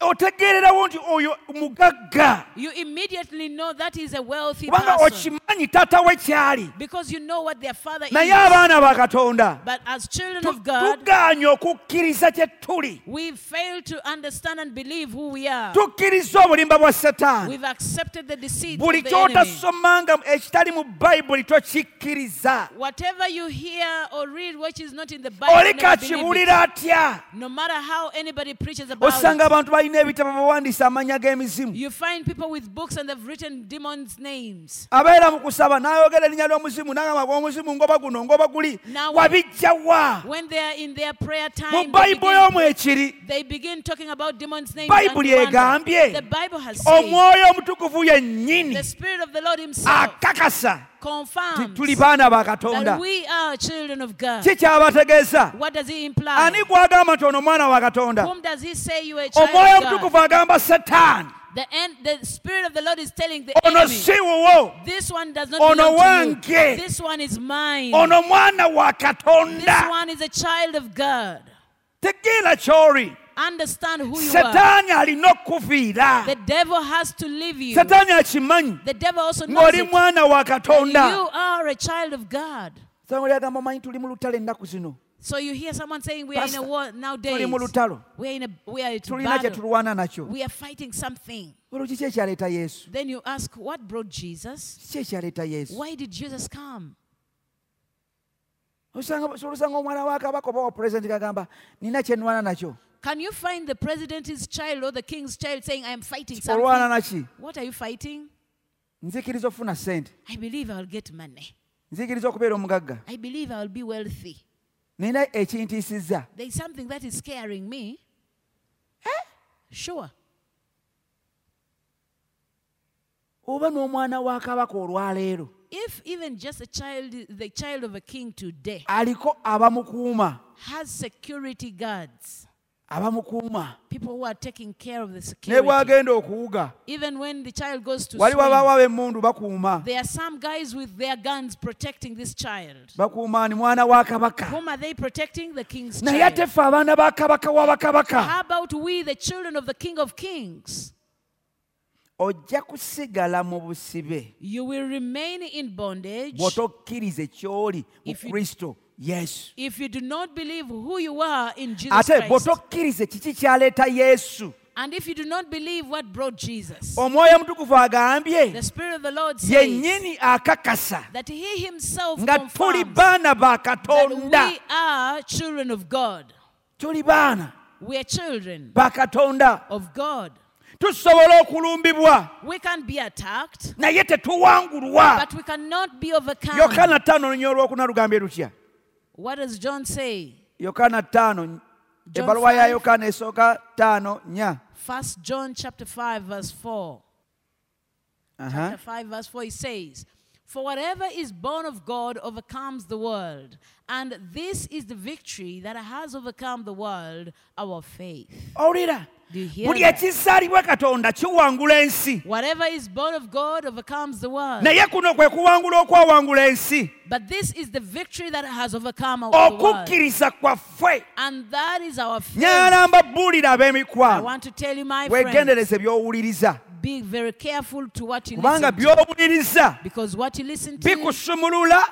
A: otegeererawo nti oyo mugagga
B: you immediately know that is a wealthy
A: kubanga
B: person
A: okimanyi taata we kyali
B: because you know what their father
A: naye
B: is.
A: abaana ba katonda
B: But as children
A: tu-
B: of God,
A: tugaanye okukkiriza kye tuli
B: we fail to understand and believe who we are.
A: tukkiriza obulimba bwa setaani
B: We've accepted the deceit of
A: buli
B: the enemy.
A: kyotasomanga ekitali mu bayibuli tokikkiriza
B: Whatever you hear or read which is not in the Bible,
A: oli
B: never believe it.
A: kakibuulira atya
B: no matter how anybody preaches about
A: osanga
B: it,
A: abantu balina ebitabo bawandiisa amannya g'emizimu
B: you find people with books and they've written demons' names.
A: abeera mu kusaba n'ayogera erinnya ly'omuzimu n'agamba gw'omuzimu ngoba guno ngoba guli
B: Now-
A: wabijjawa
B: When they are in their prayer
A: mu
B: time, they
A: bayibuli
B: begin,
A: omwo ekiri
B: they begin talking about demons' names. and
A: Bayibuli
B: wonder.
A: egambye,
B: The Bible has said
A: omwoyo omutukuvu yennyini
B: the Spirit of the Lord Himself
A: akakasa nti tuli
B: confirms
A: baana ba
B: that
A: katonda
B: we are children of God.
A: ki kyabategeeza
B: What does He imply?
A: ani gwagamba nti ono mwana wa katonda
B: Whom does He say you are a
A: omwoyo
B: child of God?
A: omutukuvu agamba setaani
B: The, en- the Spirit of the Lord is telling the
A: ono
B: enemy.
A: si wuwo
B: This one does not
A: Ono
B: belong to you.
A: wange.
B: This one is mine.
A: ono mwana wa
B: This
A: katonda
B: one is a child of God.
A: tegenda ky'oli
B: Understand who you are.
A: setaani alina okukuviira
B: The devil has to leave you.
A: setaani akimanyi
B: The devil also knows
A: ng'oli
B: it.
A: mwana wa katonda
B: You are a child of God.
A: sawuli agamba omanyi tuli mu lutalo ennaku zino
B: So you hear someone saying we are in a
A: Pastor,
B: war nowadays.
A: tuli mu lutalo
B: We are in a we are at
A: tulina kye
B: battle.
A: tulwana nakyo
B: We are fighting something.
A: olwo kiki ekyaleeta yesu
B: Then you ask, what brought Jesus?
A: kiki ekyaleeta yesu
B: Why did Jesus come?
A: Osanga- solusanga omwana wa kabaka oba wa pulezidenti gagamba nina kye nwana nakyo
B: Can you find the president's child or the king's child saying, I am fighting
A: olwana
B: something?
A: naki
B: What are you fighting?
A: nzikiriza okufuna ssente
B: I believe I'll get money.
A: nzikiriza okubeera omugagga
B: I believe I'll be wealthy.
A: nina ekintiisizza
B: There's something that is scaring me. Eh? Sure.
A: oba n'omwana wa kabaka olwaleero
B: If even just a child, the child of a king today,
A: aliko abamukuuma
B: has security guards,
A: abamukuuma
B: people who are taking care of the
A: ne
B: security,
A: bwagenda okuwuga
B: even when the child goes to
A: waliwo
B: swim,
A: abawaba emmundu bakuuma
B: there are some guys with their guns protecting this child.
A: bakuuma ni mwana wa kabaka
B: Whom are they protecting? The king's
A: naye ate
B: child.
A: ffe abaana ba kabaka wa bakabaka
B: How about we, the children of the king of kings?
A: ojja kusigala mu busibe
B: You will remain in bondage
A: bw'otokkirize kyoli mu
B: If you-
A: kristo yesu
B: if you do not believe who you are in Jesus
A: ate
B: Christ.
A: bw'otokkirize kiki kyaleeta yesu
B: And if you do not believe what brought Jesus,
A: omwoyo omutukuvu agambye
B: the Spirit of the Lord says
A: yennyini akakasa
B: that He Himself
A: nga tuli
B: confirms
A: baana ba
B: that
A: katonda
B: we are children of God.
A: tuli baana
B: We are children
A: ba katonda
B: of God.
A: tusobola okulumbibwa
B: We can be attacked,
A: naye tetuwangulwa
B: but we cannot be overcome.
A: yokaana ttaano lunya olwokuna lugambye lutya
B: What does John say?
A: yokaana ttaano
B: John
A: ebbaluwa ya
B: five.
A: yokaana esooka ttaano nnya
B: First John chapter 5 verse 4.
A: Aha. Uh-huh.
B: chapter 5 verse 4 he says for whatever is born of god overcomes the world and this is the victory that has overcome the world our faith
A: owulira
B: do you hear
A: buli
B: that?
A: ekizaalibwa katonda kiwangula ensi
B: whatever is born of god overcomes the world
A: naye kuno kwe kuwangula okwawangula ensi
B: but this is the victory that has overcome our
A: Oh,
B: the world
A: okukkiriza kwaffe
B: and that is our faith
A: nyalamba bbuulira
B: i
A: ab'emikwano
B: want to tell you my friend
A: weegendereze by'owuliriza
B: be very careful to what you
A: kubanga
B: listen to
A: by'owuliriza
B: because what you listen to
A: bikusumulula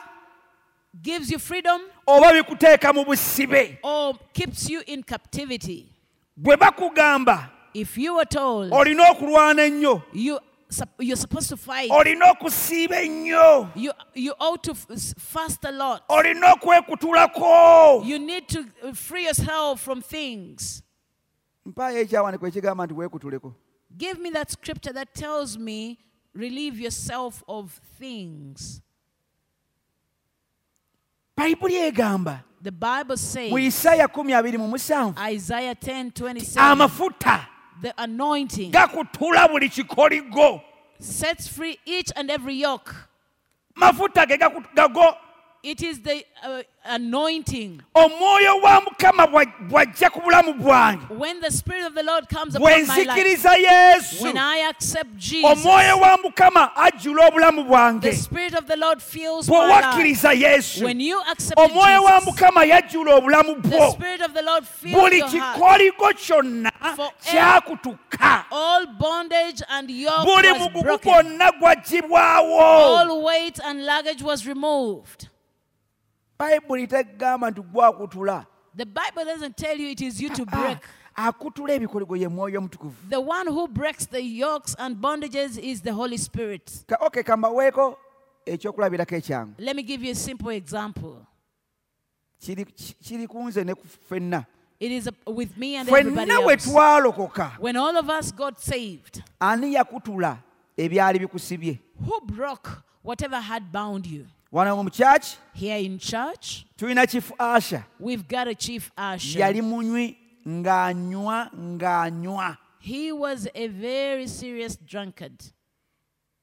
B: gives you freedom
A: oba bikuteeka mu busibe
B: or keeps you in captivity.
A: bwe bakugamba
B: If you were told
A: olina okulwana ennyo
B: you, sup- you're supposed to fight,
A: olina okusiiba ennyo
B: you, you ought to f- s- fast a lot.
A: olina okwekutulako
B: You need to uh, free yourself from things.
A: mpaayo ekyawandiiko ekigamba nti weekutuleko
B: Give me that scripture that tells me, relieve yourself of things.
A: bayibuli egamba
B: The Bible
A: mu
B: says,
A: isaaya 27
B: Isaiah 10 27,
A: amafuta
B: the anointing
A: gakutula buli kikoligo
B: sets free each and every yoke.
A: mafuta ge gaku- gago
B: It is the uh, anointing.
A: omwoyo wa mukama bwa- bw'ajja ku bulamu bwange
B: When the Spirit of the Lord comes
A: bwe
B: upon my life,
A: nzikiriza yesu
B: when I accept Jesus,
A: omwoyo wa mukama ajjula obulamu
B: the
A: bwange
B: Spirit of the Lord fills
A: bwe
B: my life.
A: wakkiriza yesu
B: When you accept
A: omwoyo wa
B: Jesus,
A: mukama yajjula obulamu
B: the
A: bwo
B: Spirit of the Lord fills
A: buli
B: your heart.
A: kikoligo kyonna
B: For every-
A: kyakutuka
B: All bondage and yoke
A: buli
B: was
A: mugugu
B: broken.
A: gwonna gwagibwawo
B: All weight and luggage was removed.
A: bayibuli tegamba nti gwakutula
B: The Bible doesn't tell you it is you to
A: Ah,
B: break.
A: akutula ebikoligo ye mwoyo omutukuvu
B: The one who breaks the yokes and bondages is the Holy Spirit.
A: Ka- okay kambaweeko ekyokulabirako ekyangu
B: Let me give you a simple example.
A: kiri ki- kiri ku nze ne ku ffenna
B: It is uh, with me and everybody
A: ffenna we
B: else.
A: twalokoka
B: When all of us got saved,
A: ani yakutula ebyali bikusibye
B: who broke whatever had bound you?
A: wano mu kyaki
B: Here in church,
A: tulina chifu asha
B: we've got a chief usher.
A: yali munywi ng'anywa ng'anywa
B: He was a very serious drunkard.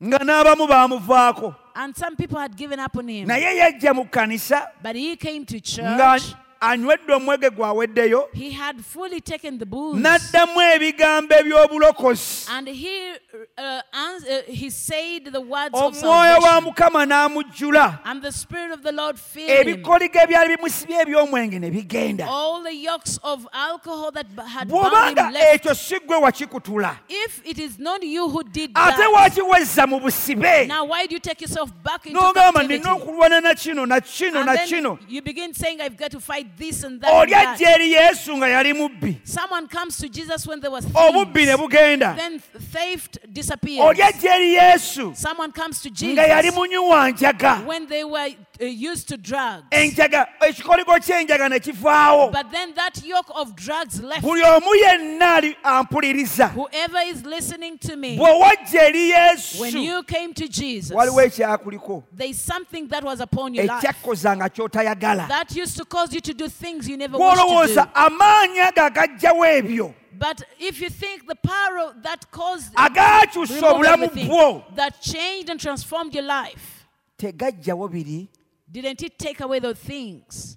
A: nga n'abamu baamuvaako
B: And some people had given up on him.
A: naye yajja mu kkanisa
B: But he came to
A: nga
B: church.
A: anywedde omwege gwaweddeyo
B: He had fully taken the booze.
A: n'addamu ebigambo eby'obulokozi
B: And he, uh, ans- uh, he said the words of
A: omwoyo wa
B: salvation.
A: mukama n'amujjula
B: And the Spirit of the Lord filled him.
A: ebikoligo ebyali bimusibye eby'omwenge ne bigenda
B: All the yokes of alcohol that b- had bound
A: bw'obanga
B: him left.
A: ekyo si gwe wakikutula
B: If it is not you who did
A: ate
B: that,
A: wakiwezza mu busibe
B: now why do you take yourself back into
A: n'ogamba
B: captivity?
A: nina okulwana na kino na kino
B: And
A: na Oh,
B: then
A: kino
B: you begin saying, I've got to fight this and that.
A: oli
B: and that."
A: ajja eri yesu nga yali mubbi
B: Someone comes to Jesus when there was
A: obubbi ne
B: thieves.
A: bugenda
B: Then theft disappears.
A: oli ajja eri yesu
B: Someone comes to
A: Oh, nga yali
B: Jesus
A: munyuwa njaga
B: when they were uh, used to drugs.
A: enjaga ekikoligo ky'enjaga ne kivaawo
B: But then that yoke of drugs left.
A: buli omu yenna ali ampuliriza
B: Whoever is listening to me,
A: bwe wajja eri
B: when
A: yesu
B: you came to Jesus,
A: waliwo ekyakuliko
B: there's something that was upon your life
A: ekyakkozanga ky'otayagala
B: that used to cause you to do things you never wished to
A: gw'olowooza
B: do.
A: amaanyi ago agajjawo ebyo
B: But if you think the power of- that caused
A: agakyusa
B: removed
A: obulamu
B: everything,
A: bwo
B: that changed and transformed your life,
A: tegajjawo biri
B: didn't it take away those things?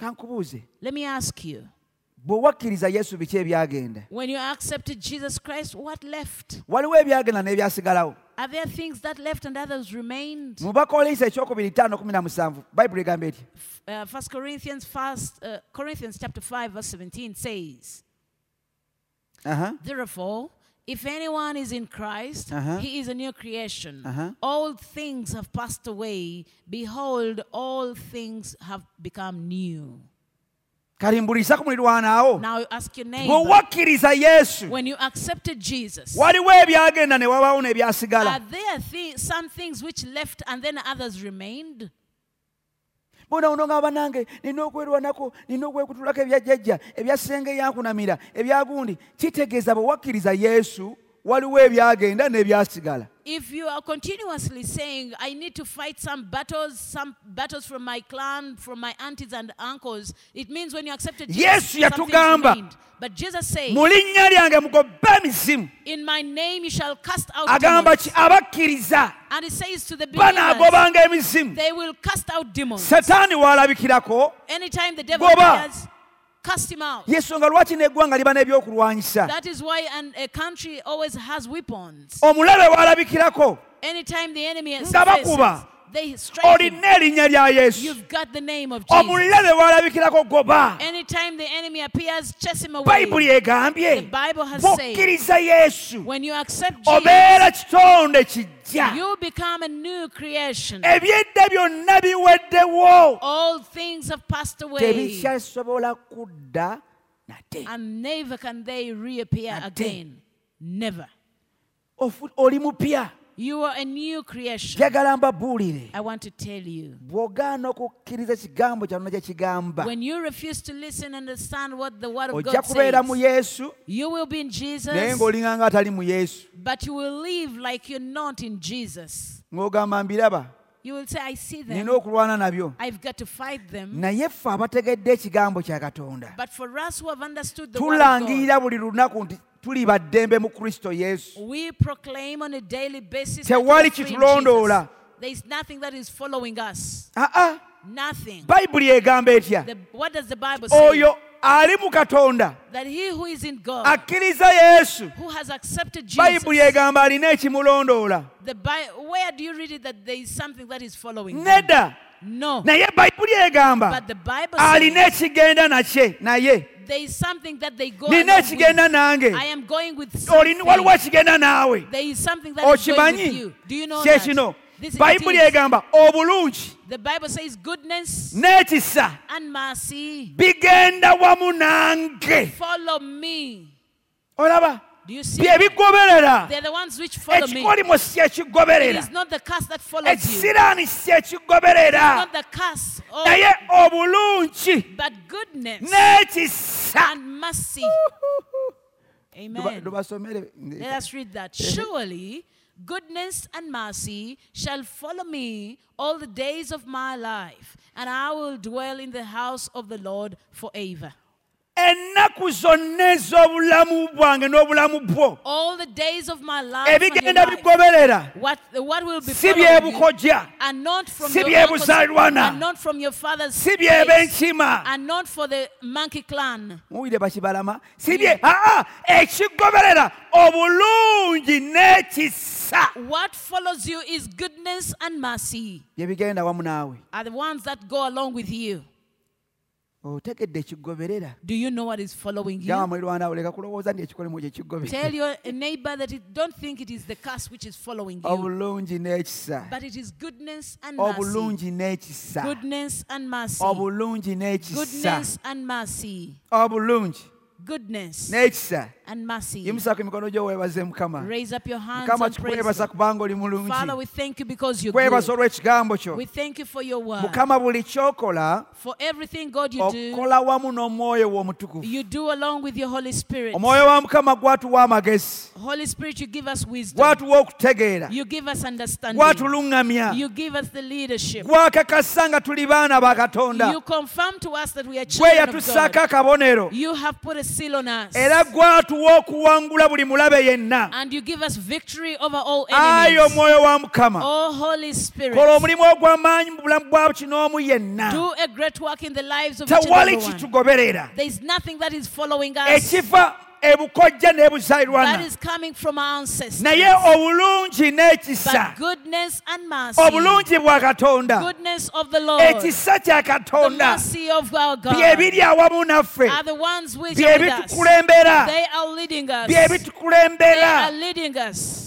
A: kankubuuze
B: Let me ask you.
A: bwe wakkiriza yesu biki ebyagenda
B: When you accepted Jesus Christ, what left?
A: waliwo ebyagenda n'ebyasigalawo
B: Are there things that left and others remained?
A: mu bakolinsa ekyokubiri 517 bayibuli egamba eti
B: Uh, 1 Corinthians, first, uh, Corinthians chapter 5, verse 17 says,
A: Aha.
B: Therefore, if anyone is in Christ,
A: Uh-huh.
B: he is a new creation.
A: Uh-huh.
B: All things have passed away. Behold, all things have become new.
A: kali mbulisa ku mulirwanaawo
B: Now you ask your neighbor,
A: bwe wakkiriza yesu
B: when you accepted Jesus,
A: waliwo ebyagenda ne wabaawo
B: are
A: n'ebyasigala
B: there thi- some things which left and then others remained?
A: bonawuno nga banange nina okwerwanako nina okwekutulako ebyajjajja ebyasenge eyankunamira ebyagundi kitegeeza bwe wakkiriza yesu waliwo ebyagenda n'ebyasigala
B: If you are continuously saying, I need to fight some battles, some battles from my clan, from my aunties and uncles, it means when you accepted Jesus,
A: Yesu
B: some things
A: yatugamba.
B: remained. But Jesus says,
A: mu linnya lyange mugobbe emizimu
B: In my name you shall cast out
A: agamba
B: demons.
A: ki abakkiriza
B: And he says to the believers,
A: banaagobanga emizimu
B: They will cast out demons.
A: setaani waalabikirako
B: Anytime the devil
A: Goba.
B: appears, cast him out.
A: yensonga lwaki n'eggwanga liba n'ebyokulwanyisa
B: That is why an, a country always has weapons.
A: omulabe waalabikirako
B: Anytime the enemy
A: Nga bakuba.
B: surfaces, They strengthened.
A: olina erinnya lya yesu
B: You've got the name of Jesus.
A: omulirabe walabikirako goba
B: Anytime the enemy appears, chase him away.
A: bayibuli egambye
B: The Bible has said,
A: bwokkiriza yesu
B: when you accept Jesus,
A: obeera kitonde kijja
B: you become a new creation.
A: Eh. ebyedda byonna biweddewo
B: All things have passed away,
A: tebikyasobola kudda nate
B: and never can they reappear
A: Ate.
B: again. Never.
A: Ofu- oli mupya
B: You are a new creation.
A: njagala mbabuulire
B: I want to tell you.
A: bw'ogaana okukkiriza ekigambo kyano gye kigamba
B: When you refuse to listen and understand what the word of
A: ojja
B: God
A: kubeera mu
B: says,
A: yesu
B: you will be in
A: naye
B: Jesus,
A: ng'olinga nga atali mu yesu
B: but you will live like you're not in Jesus.
A: ng'ogamba mbiraba
B: You will say, I see
A: nina
B: them.
A: okulwana nabyo
B: I've got to fight them.
A: naye ffe abategedde ekigambo kya katonda
B: But for us who have understood the word of God,
A: tulangirira buli lunaku nti tuli ba ddembe mu kristo yesu
B: we proclaim on a daily basis that
A: Tewali
B: we're free in
A: kitulondoola.
B: Jesus. There is nothing that is following us.
A: aa
B: Nothing.
A: Ah, bayibuli egamba etya
B: The, what does the Bible say?
A: oyo ali mu katonda
B: That he who is in God,
A: akkiriza yesu
B: who has accepted Jesus,
A: bayibuli egamba alina ekimulondoola
B: the Bi- where do you read it that there is something that is following? them?
A: nedda
B: No.
A: naye bayibuli egamba
B: Oh. But the Bible
A: alina
B: says
A: ekigenda nakye naye
B: there is something that they go
A: nina
B: along
A: ekigenda
B: with.
A: nange
B: I am going with
A: Oli- waliwo
B: something.
A: ekigenda naawe
B: There is something that is going with
A: okimanyi
B: you. Do you know
A: kyekino
B: that? This is it
A: bayibuli
B: is.
A: egamba obulungi
B: The Bible says goodness
A: n'ekisa
B: and mercy
A: bigenda wamu nange
B: follow me.
A: olaba
B: Do you see?
A: bye bigoberera
B: They're the ones which follow me.
A: ekikolimu si
B: It
A: ekigoberera
B: is not the curse that follows you. It's
A: ekisiraani si ekigoberera
B: not the curse, oh,
A: naye obulungi
B: but goodness
A: n'ekisa
B: and mercy. Amen.
A: lubasomere
B: Let us read that. Surely goodness and mercy shall follow me all the days of my life, and I will dwell in the house of the Lord forever.
A: ennaku zonna ez'obulamu bwange n'obulamu bwo
B: All the days of my life, and your
A: ebigenda
B: life,
A: bigoberera
B: what, what will be
A: si
B: following you
A: byebukojja
B: are not from
A: si
B: your uncle's,
A: byebuzaalwana,
B: and not from your father's
A: si
B: place,
A: byeb'enkima
B: and not for the monkey clan.
A: muwulire bakibalama si bye aa Mm. ekigoberera obulungi n'ekisa
B: What follows you is goodness and mercy
A: bye bigenda wamu naawe
B: are the ones that go along with you.
A: otegedde ekigoberera
B: Do you know what is following you?
A: gamba mulirawana oleka kulowooza nti ekikolemu
B: Tell
A: kyekigoberera
B: your neighbor that it, don't think it is the curse which is following you,
A: obulungi n'ekisa
B: but it is goodness and mercy.
A: obulungi n'ekisa
B: Goodness and mercy.
A: obulungi n'ekisa
B: Goodness and mercy.
A: obulungi
B: Goodness
A: n'ekisa
B: and mercy.
A: yimusako emikono gyo weebaze mukama
B: Raise up your hands
A: mukama
B: and praise.
A: tukwebaza
B: Him.
A: kubanga oli mulungi
B: Father, we thank you because you're
A: kwebaza
B: good.
A: olw'ekigambo kyo
B: We thank you for your word.
A: mukama buli kyokola
B: For everything, God, you do,
A: okola wamu n'omwoyo w'omutukuvu
B: you do along with your Holy Spirit.
A: omwoyo wa mukama gwatuwa amagezi
B: Holy Spirit, you give us wisdom.
A: gwatuwa okutegeera
B: You give us understanding.
A: gwatuluŋŋamya
B: You give us the leadership.
A: gwakakasa nga tuli baana ba
B: You
A: katonda
B: confirm to us that we are
A: gwe
B: children of God.
A: yatussaako akabonero
B: You have put a seal on us.
A: era gwatuwa okuwangula buli mulabe yenna
B: And you give us victory over all
A: ayi
B: enemies.
A: omwoyo wa mukama
B: Oh, Holy Spirit,
A: kola omulimu ogw'amaanyi mu bulamu bwa kinoomu yenna
B: do a great work in the lives of each and
A: tewali
B: every one.
A: kitugoberera
B: There is nothing that is following us
A: ekiva ebukojja
B: that
A: n'ebuzaalirwana
B: is coming from our ancestors.
A: naye obulungi n'ekisa
B: But goodness and mercy,
A: obulungi bwa katonda
B: goodness of the Lord,
A: ekisa kya
B: the
A: katonda
B: mercy of our
A: bye
B: God
A: biri awamu naffe
B: are the ones which
A: bye
B: are with us.
A: bitukulembera
B: They are leading
A: bye
B: us. They are
A: bitukulembera
B: leading us.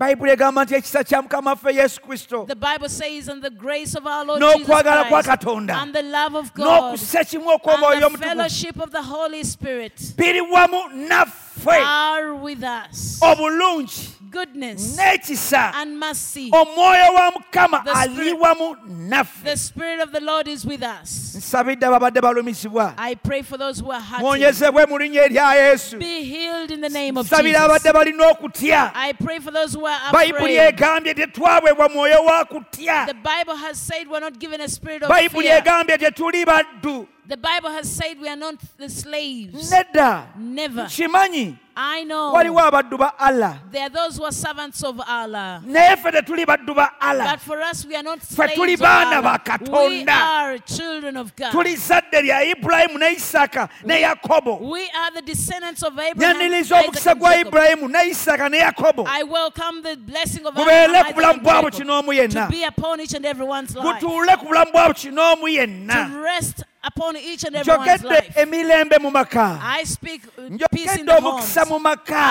A: bayibuli egamba nti ekisa kya mukama waffe yesu kristo
B: The Bible says, and the grace of our Lord Jesus
A: n'okwagala kwa
B: Christ,
A: katonda
B: and the love of God,
A: n'okussa kimu okw'omwoyo
B: and the
A: omutukuvu
B: fellowship of the Holy Spirit
A: biri wamu naffe
B: are with us.
A: Oh. obulungi
B: Goodness
A: n'ekisa
B: and mercy.
A: omwoyo wa mukama
B: The
A: ali
B: Spirit-
A: wamu naffe
B: The Spirit of the Lord is with us.
A: nsabidde ababadde balumizibwa
B: I pray for those who are hurting.
A: mwonyezebwe mu linnya erya yesu
B: Be healed in the name of
A: nsabira
B: Jesus.
A: abadde balina okutya
B: I pray for those who are
A: bayibuli
B: afraid.
A: egambye tetwaweebwa mwoyo wa
B: The
A: kutya
B: Bible has said we're not given a spirit of
A: bayibuli
B: fear.
A: egambye tetuli baddu
B: The Bible has said we are not the slaves.
A: nedda
B: Never.
A: kimanyi
B: I
A: waliwo
B: know
A: abaddu ba allah
B: there are those who are servants of Allah.
A: naye ffe tetuli baddu ba allah
B: But for us, we are not
A: Ffe
B: slaves
A: tuli
B: of
A: baana
B: Allah.
A: ba
B: We
A: Katonda.
B: are children of of God.
A: tuli zadde lya ibulayimu ne isaaka ne yakobo
B: We are the descendants of Abraham.
A: nyaniriza
B: Isaac,
A: omukisa
B: and
A: gwa
B: Jacob.
A: ibulayimu ne isaaka ne yakobo
B: I welcome the blessing of
A: Gubeere
B: Abraham,
A: ku bulamu
B: Isaac, and
A: bwabo
B: Jacob
A: kinoomu yenna.
B: to be upon each and everyone's life, to
A: gutuule ku bulamu bwabo kinoomu yenna
B: rest upon each and everyone's
A: njogedde
B: life.
A: emirembe mu maka
B: I speak uh, peace
A: njogedde
B: in the
A: omukisa mu
B: homes. I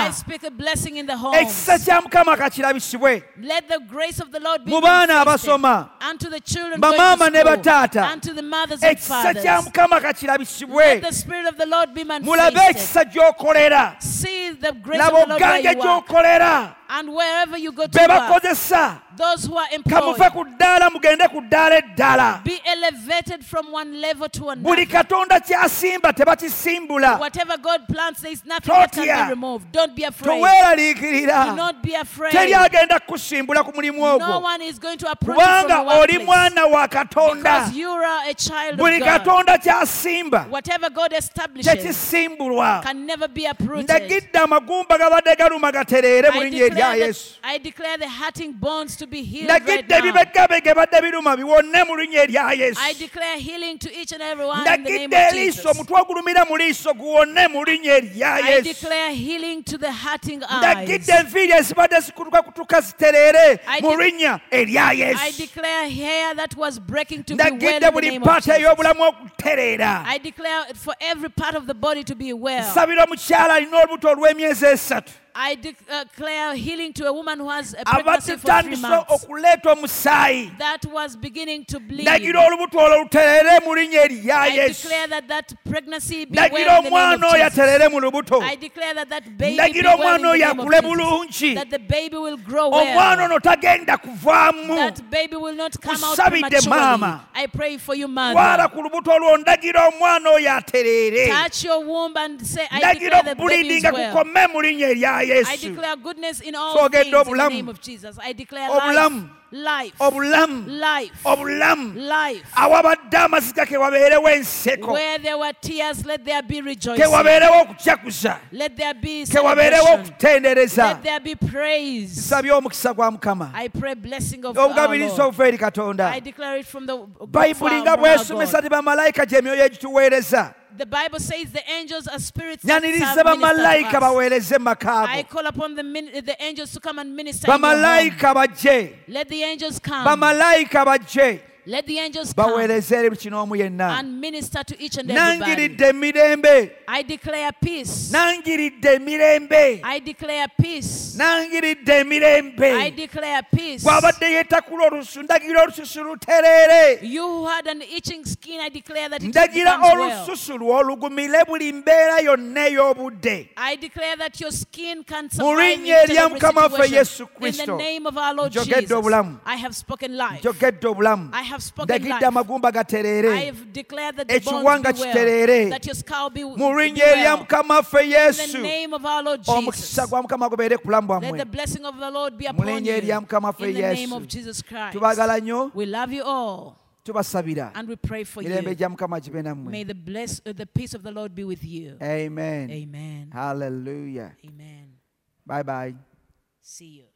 A: maka
B: speak a blessing in the homes.
A: ekisa kya mukama kakirabisibwe
B: Let the grace of the Lord be
A: Mu baana
B: manifested
A: abasoma,
B: unto the children
A: bamaama
B: going
A: ne
B: to school,
A: bataata,
B: unto the mothers and
A: ekisa
B: fathers.
A: kya mukama kakirabisibwe
B: Let the spirit of the Lord be
A: mulabe
B: manifested.
A: ekisa gy'okolera
B: See the grace of
A: laba
B: the Lord where
A: oganja
B: you are.
A: gy'okolera
B: And wherever you go
A: be
B: to work,
A: bakozesa
B: those who are
A: kamuve
B: employed,
A: ku ddaala mugende ku ddaala eddala
B: be elevated from one level to
A: buli
B: another.
A: katonda kyasimba tebakisimbula
B: Whatever God plants, there is nothing that
A: Totya.
B: can be removed. Don't be afraid. Do
A: toweeraliikirira
B: not be afraid.
A: teri agenda kukusimbula ku mulimu
B: No
A: ogwo
B: one is going to approach you
A: kubanga
B: from
A: oli
B: the workplace.
A: mwana wa katonda
B: Because you are a child
A: buli
B: of God.
A: katonda kyasimba
B: Whatever God establishes
A: tekisimbulwa
B: can never be uprooted.
A: ndagidde amagumba gabadde galuma gatereere mu
B: I
A: linnya erya
B: declare, the,
A: yesu
B: I declare the hurting bones to be healed right
A: ndagidde
B: now.
A: ebibeggabe gebadde biruma biwonne mu linnya erya
B: I
A: yesu
B: declare healing to each and everyone in the name
A: ndagidde
B: of
A: eriiso
B: Jesus.
A: omutwe ogulumira mu liiso guwonne mu linnya erya
B: I
A: yesu
B: declare healing to the hurting eyes.
A: ndagidde enviiri ezibadde zikutukakutuka zitereere
B: I
A: mu
B: de-
A: linnya erya
B: I
A: yesu
B: declare hair that was breaking to be well in
A: ndagidde
B: the
A: buli
B: name of
A: paati
B: Jesus.
A: ey'obulamu okutereera
B: I declare it for every part of the body to be well.
A: nsabira omukyala alina olubuto olw'emyezi esatu
B: I de- declare healing to a woman who has a pregnancy for three
A: abatutandise
B: months
A: okuleeta omusaayi
B: that was beginning to bleed.
A: ndagira olubuto olwo lutereere mu linnya erya
B: I
A: yesu
B: declare that that pregnancy be well
A: ndagira
B: in the name
A: omwana
B: of
A: oyo
B: Jesus.
A: aterere mu lubuto
B: I declare that that baby be
A: ndagira
B: well in
A: omwana
B: the
A: oyo
B: name
A: akule
B: of Jesus.
A: bulungi
B: That the baby will grow
A: omwana
B: well.
A: ono tagenda kuvaamu
B: That baby will not come out
A: Kusabidde
B: prematurely.
A: maama.
B: I pray for you,
A: twala
B: mother.
A: ku lubuto olwo ndagira omwana oyo aterere
B: Touch your womb and say, I
A: ndagira
B: declare the baby is
A: obulidinga
B: well.
A: kukome mu linnya erya
B: I
A: yesu
B: declare goodness in all
A: Sogedde
B: things in the
A: obulamu.
B: name of Jesus. I declare
A: Obulamu.
B: life. Life.
A: obulamu
B: Life.
A: obulamu
B: Life.
A: awabadde amaziga kewabeerewo enseko
B: Where there were tears, let there be rejoicing.
A: kewabeerewo okujaguza
B: Let there be
A: kewabeerewo
B: celebration.
A: okutendereza
B: Let there be praise.
A: nsabye omukisa gwa mukama
B: I pray blessing
A: Oh,
B: of our
A: obugabiriza
B: Lord.
A: obuva eri katonda
B: I declare it from the
A: bayibuli
B: from
A: nga
B: our
A: bwesomesa
B: God.
A: ti bamalayika gyemyoyo egituweereza
B: The Bible says the angels are spirits. that
A: nyaniriza
B: serve minister
A: bamalayika
B: to us.
A: baweereze mu
B: I
A: makaabo
B: call upon the min- the angels to come and minister. in your home.
A: bamalayika bajje
B: Let the angels come.
A: bamalayika bajje
B: Let the angels come
A: baweereze eri kinoomu yenna
B: and minister to each and everybody.
A: nangiridde emirembe
B: I declare peace.
A: nangiridde emirembe
B: I declare peace.
A: nangiridde
B: I
A: emirembe
B: declare peace.
A: gwabadde yeetakula olusu ndagira olususu lutereere
B: You who had an itching skin, I declare that it
A: ndagira
B: becomes well.
A: olususu lw'olugumire buli mbeera yonna ey'obudde
B: I declare that your skin can
A: Mu
B: survive
A: linnya
B: into
A: erya
B: every
A: Mukama waffe
B: situation.
A: Yesu
B: In the
A: Kristo,
B: name of our Lord
A: njogedde
B: Jesus,
A: obulamu.
B: I have spoken life.
A: njogedde obulamu
B: I have spoken
A: ndagidde
B: life.
A: amagumba
B: I
A: gatereere
B: have declared that the bones
A: Ekiwanga
B: be well,
A: kiterere.
B: that your skull be, be
A: mu linnya erya
B: well.
A: mukama waffe
B: In the
A: yesu
B: name of our Lord Jesus,
A: omukisa gwa mukama gubeere ku bulamu
B: let the
A: bwammwe
B: blessing of the Lord be upon you. In
A: linnya erya Mukama waffe
B: the name
A: Yesu.
B: of Jesus Christ,
A: tubagala nnyo
B: we love you all
A: tubasabira
B: and we pray for
A: mirembe
B: you.
A: gya mukama gibe
B: May
A: nammwe
B: the bless, uh, the peace of the Lord be with you.
A: amen
B: Amen.
A: haleluya
B: Amen.
A: bye bye
B: See you.